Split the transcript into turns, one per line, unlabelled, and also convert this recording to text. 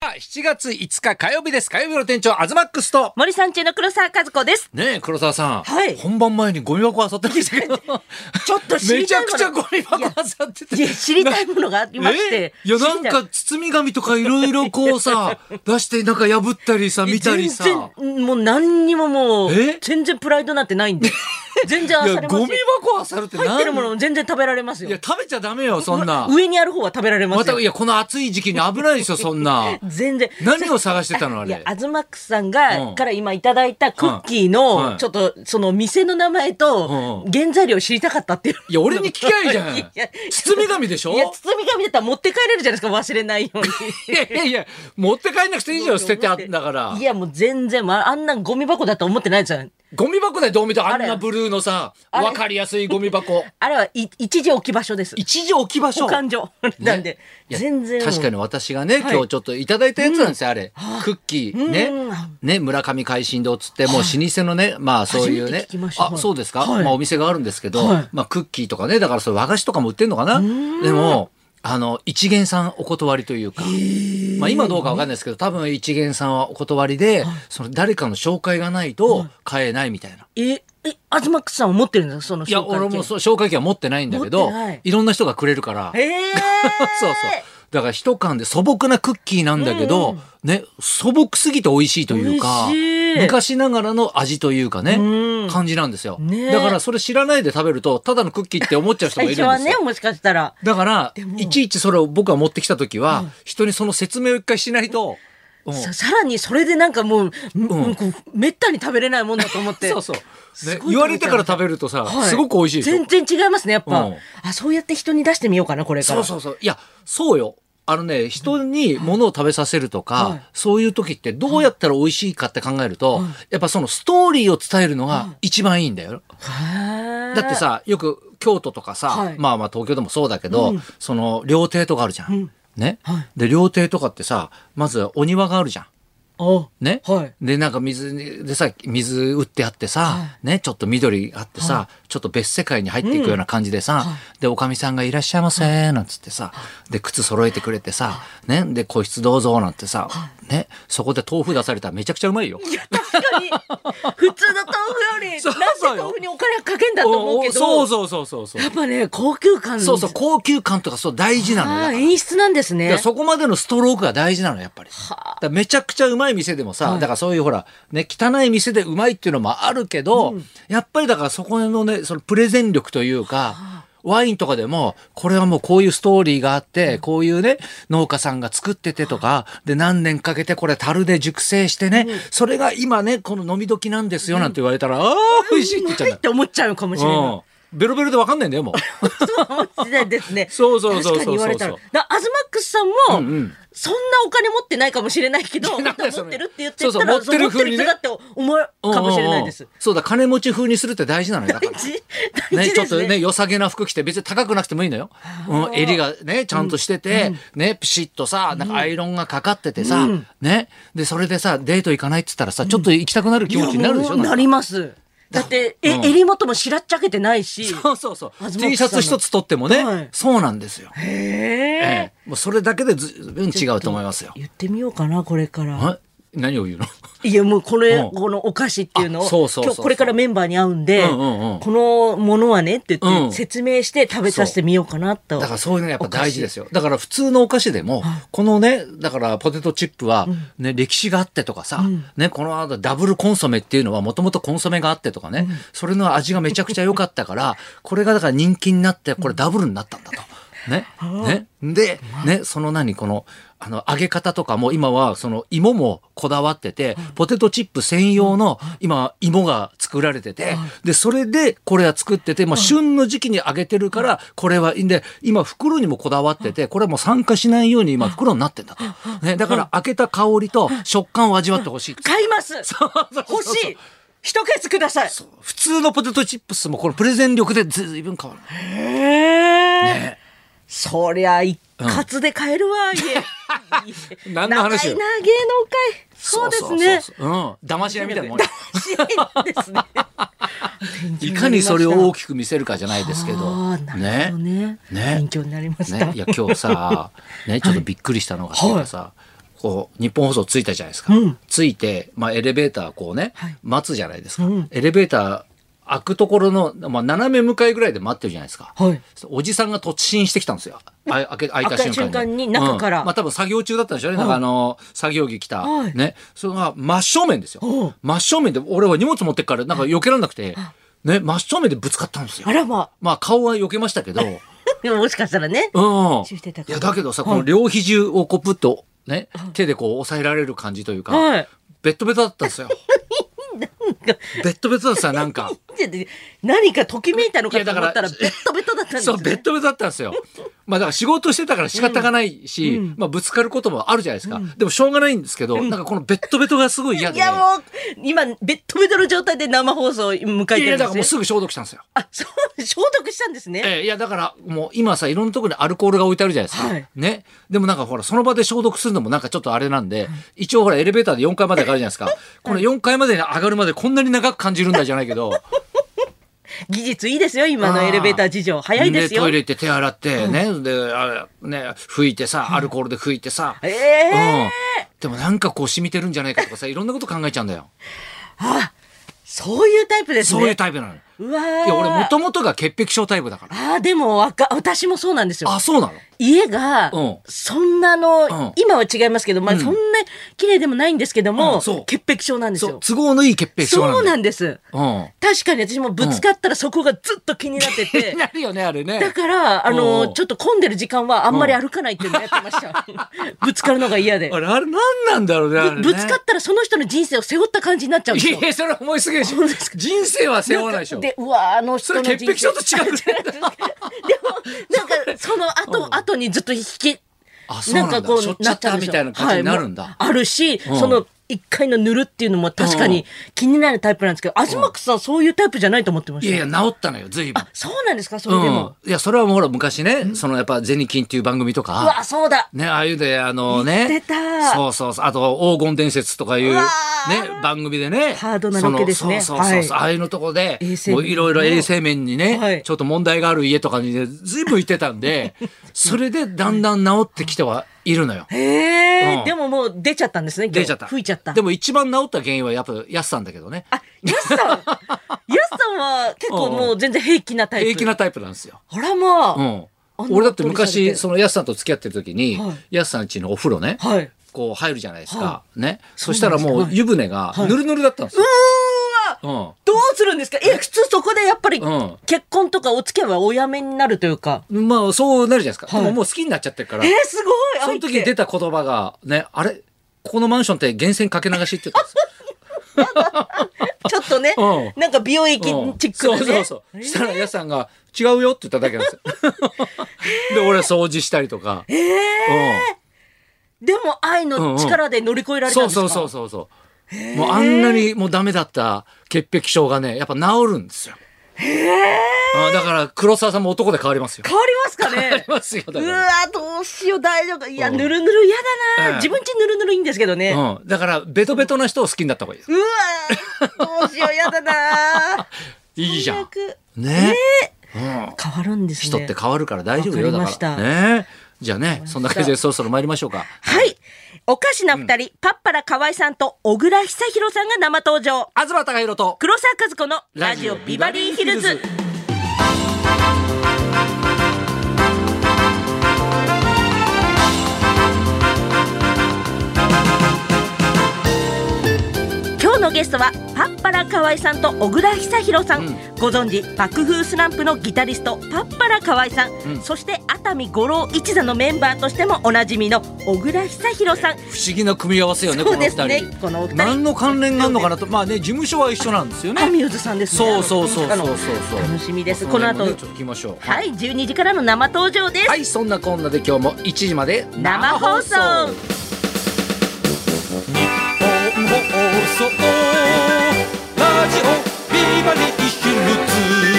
7月5日火曜日です。火曜日の店長、アズマックスと。
森三中の黒沢和子です。
ねえ、黒沢さん。
はい
本番前にゴミ箱漁ってましたけど。
ちょっと 知
め
り
ち
た
ゃ
いも
く
の
ちゃゴミ箱漁ってて。
いや知りたいものがありまし
え
て。
いや、な
知
ん
りたい
か、包み紙とかいろいろこう さ、出して、なんか破ったりさ、見たりさ。い
全然、もう何にももう
え、
全然プライドなんてないんで。 全然あさ
や、
れます
ゴ
よ。
ミ箱漁るって
入ってるもの
何
も全然食べられます
い
よ
や、。食べちゃダメよ、そんな。
上にある方は食べられま
ます
よ
た、い。や、この暑い時期に危ないですよ、そん な。
全然。
何を探してたのあ
いや
れ、。
アズマックスさん
うん
が、から今いただいたクッキー
はいはい
の、ちょっと、その店の名前と
う、
原材料知りたかったっていう。
いや、俺に聞きゃいいじゃん
いや。
包み紙でしょ
いや、包み紙だったら持って帰れるじゃないですか、忘れないように。
いやいやいや、持って帰んなくていいじゃん、捨て てあんだから
い。や、もう全然、まあ、あんなゴミ箱だと思ってないじゃん。
ゴミ箱だよ、どう見てもあん
あ
な
れ
ブルーのさ、
あれ
わかりやすいゴミ 箱。
あれはい一時置き場所です。
一時置き場所。
保管所。 なんで、
いや
全然。
確かに私がね、
はい
今日ちょっといただいたやつなんですよ、あれ。クッキー、
うん
ね。ね、村上海進堂つって、もう老舗のね、まあそういうね
初めて聞きま。した
あ、そうですか
はい
まあお店があるんですけど
はい、
まあクッキーとかね、だからそういう和菓子とかも売ってんのかなでも、あの、一元さんお断りというか。まあ今どうかわかんないですけど、多分一元さんはお断りで、その誰かの紹介がないと買えないみたいな。
え、え、アズマックスさんは持ってるんですかその
いや、俺もそう、紹介券は持ってないんだけ
持っ
ど
てない、
いろんな人がくれるから。
え え
そうそう。だから一缶で素朴なクッキーなんだけど、ね、素朴すぎて美味しいというか、
美味しい
昔ながらの味というかね、
うん
感じなんですよ、
ね
だからそれ知らないで食べると、ただのクッキーって思っちゃう人がい
最
るん
初
で
は
すよ。
ね、もしかしたら。
だから
で、も
いちいちそれを僕が持ってきた時は、人にその説明を一回しないと、うん
ささらにそれでなんかもう、
ん
んこうめったに食べれないもんだと思っ て。
そうそう、ね
すごい
言われてから食べるとさ、
はい
すごく美味しいでしょ
全然違いますね、やっぱ、
うん
あ、そうやって人に出してみようかな、これか
そう
ら。
そうそう。いや、そうよ。あのね、人に物を食べさせるとか、
はい
そういう時ってどうやったら美味しいかって考えると、やっぱそのストーリーを伝えるのが一番いいんだよ。
は
だって、さ、よく京都とかさ、
はい
まあまあ東京でもそうだけど、
うん
その料亭とかあるじゃん。
うん
ね、
はい
で、料亭とかってさ、まずお庭があるじゃん。
あ、
ね、
はい
でなんか水にでさ水打ってあってさ、
は
ね、ちょっと緑あってさ、ちょっと別世界に入っていくような感じでさ、でおかみさんが「いらっしゃいませ」なんつってさ、で靴揃えてくれてさ、ね、で個室どうぞなんてさ、ね、そこで豆腐出されたらめちゃくちゃうまいよ。
いや、確かに、普通の豆腐よ り、
そう
なんで
そうよ
豆腐にお金かけんだと思うけど。
おおそうそうそうそうそ
や
う
っぱね、高級感
そうそう高級感とかそう大事なのよ
あ
だ
あ
から
演出なんです
だか
ね
ら。そこまでのストロークが大事なのやっぱり。だからめちゃくちゃうまい店でもさ、だからそういうほらね汚い店でうまいっていうのもあるけど、やっぱりだからそこのねそのプレゼン力というか。ワインとかでも、これはもうこういうストーリーがあって、こういうね、農家さんが作っててとか、で、何年かけてこれ樽で熟成してね、それが今ね、この飲み時なんですよなんて言われたら、ああ、美味しいって言っちゃ
は
う
いって思っちゃうかもしれ
んだ
ない。
うん。ベロベロでわかんないんだよ、もう。
そうかもしれないです ね。
そうそうそうそうそう
確かに言われたら。だからアズマックスさんも、
うんうん
そんなお金持ってないかもしれないけど、
いや
持
な
っ
んだよそれ
てるって言ってたら、
そうそう持ってる風にね
そう持ってる人だって思うかもしれないで
う
す
んうんう。んそうだ、金持ち風にするって大事なのよ。だから
大事、大
ね、ちょ
事で
っと
す
ね、
ね。
良さげな服着て、別に高くなくてもいいのよ。うん、襟がね、ちゃんとしてて、ね、ピシッとさ、なんかアイロンがかかっててさ、ね、で、それでさ、デート行かないって言ったらさ、ちょっと行きたくなる気持ちになるでしょ
いやもうな
なんか
ります。だって、え、
うん
襟元もしらっちゃけてないし。
そうそうそう
東。さんの
T シャツ一つ取ってもね、
はい
そうなんですよ。
へ
ええ、
え。
もうそれだけでずいぶん違うと思いますよ。
言ってみようかな、これから。
え何を言うの
いやもうこ
う
れ
ん
このお菓子っていうのを
あそうそうそうそう
今日これからメンバーに会うんで、
うんうんうん
このものはねって言って、
うん
説明して食べさせてみようかなと
だからそういうのやっぱ大事ですすよ。だから普通のお菓子でも、このね、だからポテトチップは、ね、歴史があってとかさ、ね、このダブルコンソメっていうのはもともとコンソメがあってとかね、それの味がめちゃくちゃ良かった から、これがだから人気になって、これダブルになったんだと。ね。ね。で、ね、その何、この、あの、揚げ方とかも今は、その芋もこだわってて、ポテトチップ専用の今、芋が作られてて、で、それでこれは作ってて、まあ、旬の時期に揚げてるから、これはいいんで、今、袋にもこだわってて、これはもう酸化しないように今、袋になってんだと。ね、だから、揚げた香りと食感を味わってほしい。
買います
そうそう
欲しい一ケースください
普通のポテトチップスもこのプレゼン力でずいぶん変わる。
へえ、
ね
そりゃ一括で買えるわ、家 家
何の話
長
よ
いな芸能界そうですね
そうそうそううん。騙し合いみたいなもん よ。
楽しいですね
いかにそれを大
き
きく見せるかじゃないですけど。
あーなるほどね
ね
勉強になりました、
ね、いや今日さ、ね、ちょっとびっくりしたのがっていうかさ、こう日本放送着いたじゃないですか、
うん
着いて、まあ、エレベーターこうね、
はい
待つじゃないですか、
うん
エレベーター開くところの、まあ、斜め向かいぐらいで待ってるじゃないですか、
はい。
おじさんが突進してきたんですよ。あ開け開いた瞬間に。
開いた瞬間に中から
うんまあ多分作業中だったんでしょうね。
は
ないんかあの、作業着着た。
はい
ね。それが真正面ですよ
うん。
真正面で、俺は荷物持ってっから、なんか避けられなくて、ね、真正面でぶつかったんですよ
あ。らま
まあ顔は避けました けど、うん。い
あ。でももしかしたらね。集中してたから
やだけどさ、
はい
この両肘をこうプッと、ね、手でこう押さえられる感じというか、
はい。
ベッドベトだったん ですよ。ベッドベトだったなんか。
じゃあで何かときめいたのかと思ったら
いやだから
ベッドベッドだったんです
そ
よ
う、ベッドベッドだったんですよ。まあだから仕事してたから仕方がないし、
うんうん
まあぶつかることもあるじゃないですか。でもしょうがないんですけど、なんかこのベッドベッドがすごい嫌で。
いやもう今ベッドベッドの状態で生放送を迎えて
いや
る
だ
ん
からも
で
う
すよ。
すぐ消毒したんですよ。
あ、そう消毒したんですね。
ええいやだからもう今さいろんなところにアルコールが置いてあるじゃないですか、
はい
ねでもなんかほらその場で消毒するのもなんかちょっとあれなんで、一応ほらエレベーターで4階まで上がるじゃないですか、この4階までに上がるまでこんなに長く感じるんだじゃないけど
技術いいですよ今のエレベーター事情早いですよ。
トイレ行って手洗ってね、であれね拭いてさアルコールで拭いてさ、
ええ
うん、でもなんかこう染みてるんじゃないかとかさいろんなこと考えちゃうんだよ
あ、そういうタイプですね。
そういうタイプなのよ
うわ
い
ー
や俺もともとが潔癖症タイプだから
あーでもわか私もそうなんですよ
あそうなの
家が
うん
そんなの、
ん
今は違いますけど、まあ、
うん
そんな綺麗でもないんですけども、
うんそう
潔癖症なんです
そう
よ
都合のいい潔癖症
そう
な
なんんです
だよ
確かに私もぶつかったらそこがずっと気になって
うん
て、
なる よねあれ
だ
ね
からあ
う
の
ん
ちょっと混んでる時間はあんまり歩かないっていうのやってました、ぶつかるのが嫌で
あれあれ何なんだろうねあれね
ぶぶつかったらその人の人生を背負った感じになっちゃうんですよ
いやそれは思いすぎでしょ
本当ですか
人生は背負わないでしょ
でうわーあの人
そ
の
れ
人生
潔癖症と違うね
でもなんかその後、後にずっと引き
あそうなんだしょっちゃったみたいな感じになるんだ、
はいもうあるし、
うん
その一回の塗るっていうのも確かに気になるタイプなんですけど、東久さんそういうタイプじゃないと思ってま
い、
した
やいや治ったのよ随分
あそうなんですかそれでも、
うん、いやそれはもうほら昔ねそのやっぱ「銭金」っていう番組とか
うわそうだ
ね、ああいうで、あのね。
言ってた
そうそうそう。あと、黄金伝説とかいう、
う
ね
わ、ー
番組でね。
ハードなロケですね
そのそうそうそう。
は
ああいうのとこで
衛、生面
もういろいろ衛生面にね、
はい
ちょっと問題がある家とかにね、ずいぶん行ってたん で、それでだんだん治ってきてはいるのよ。
へえ、
うん
でももう出ちゃったんですね今日
出ちゃった。
吹いちゃった
でも一番治った原因はやっぱ安さんだけどね。
あヤ スさんヤスさんは結構もう全然平気なタイプ
平気なタイプなんですよ。
ほらも
う
う、
ん。
あんな
俺だって
おっとりされて
昔、その安さんと付き合ってる時に
はい、
安さん家のお風呂ね、
はいはい
こう入るじゃないですか
は。
ね。そしたら
そう
も
な
うん
ですかはい
湯船がぬるぬるだったんです
う
よ。
ーわ
うん。
どうするんですかえ普通そこでやっぱり
うん
結婚とかお付き合いはおやめになるというか、
まあそうなるじゃないですか。
はい
でももう好きになっちゃってるから
えー、、すごい
その時に出た言葉が、ね、あれここのマンションって源泉かけ流しって言ったんですよ。
ちょっとね、
う
なんか美容液
うん
チックなね。
そうそうそう。したら、やさんが、違うよって言っただけなんで すよ。で、俺掃除したりとか。
ええでも愛の力で乗り越えら
うん。
れたん
そ
で
う
すか、
そうそうそうそう。もうあんなにもうダメだった潔癖症がね、やっぱ治るんですよ。うんだから黒沢さんも男で変わりますよ。
変わります か
変わり
ね
ますよ。だか
う
ら
わどうしよう大丈夫かいや
うん
ぬるぬる嫌だ
うん
な自分ちぬるぬるいいんですけどね、うわ
うん。だから、ベトベトな人を好きになった方がいいです。
どうしよう嫌だない
いじゃん。
最悪
ね。うん。
変わるんですね
人って変わるから大丈夫よ
わか
だ
り
か
ました
らねじゃあねそんな感じでそろそろ参りましょうか
はいおかしな二人、パッパラ河合さんと小倉久弘さんが生登場
東貴博と
黒沢和子のラジオビバリーヒルズ今日のゲストはパッパラ河合さんと小倉久弘さん、
うん
ご存知爆風スランプのギタリストパッパラ河合さん、
うん
そして熱海五郎一座のメンバーとしてもおなじみの小倉久弘さん
不思議な組み合わせよねこ
そう
の
ですね
二人
このお二人
何の関連があるのかなとまあね事務所は一緒なんですよ
ア
ね
ミューズさんですね
そうそうそう
あ
そう
の
そうそう
楽しみです
そ辺も
この
ね
後
ちょっと聞きましょう
はい12時からの生登場です、
はいそんなこんなで今日も1時まで
生放
日
送
本放送ラジオビバリーヒルズ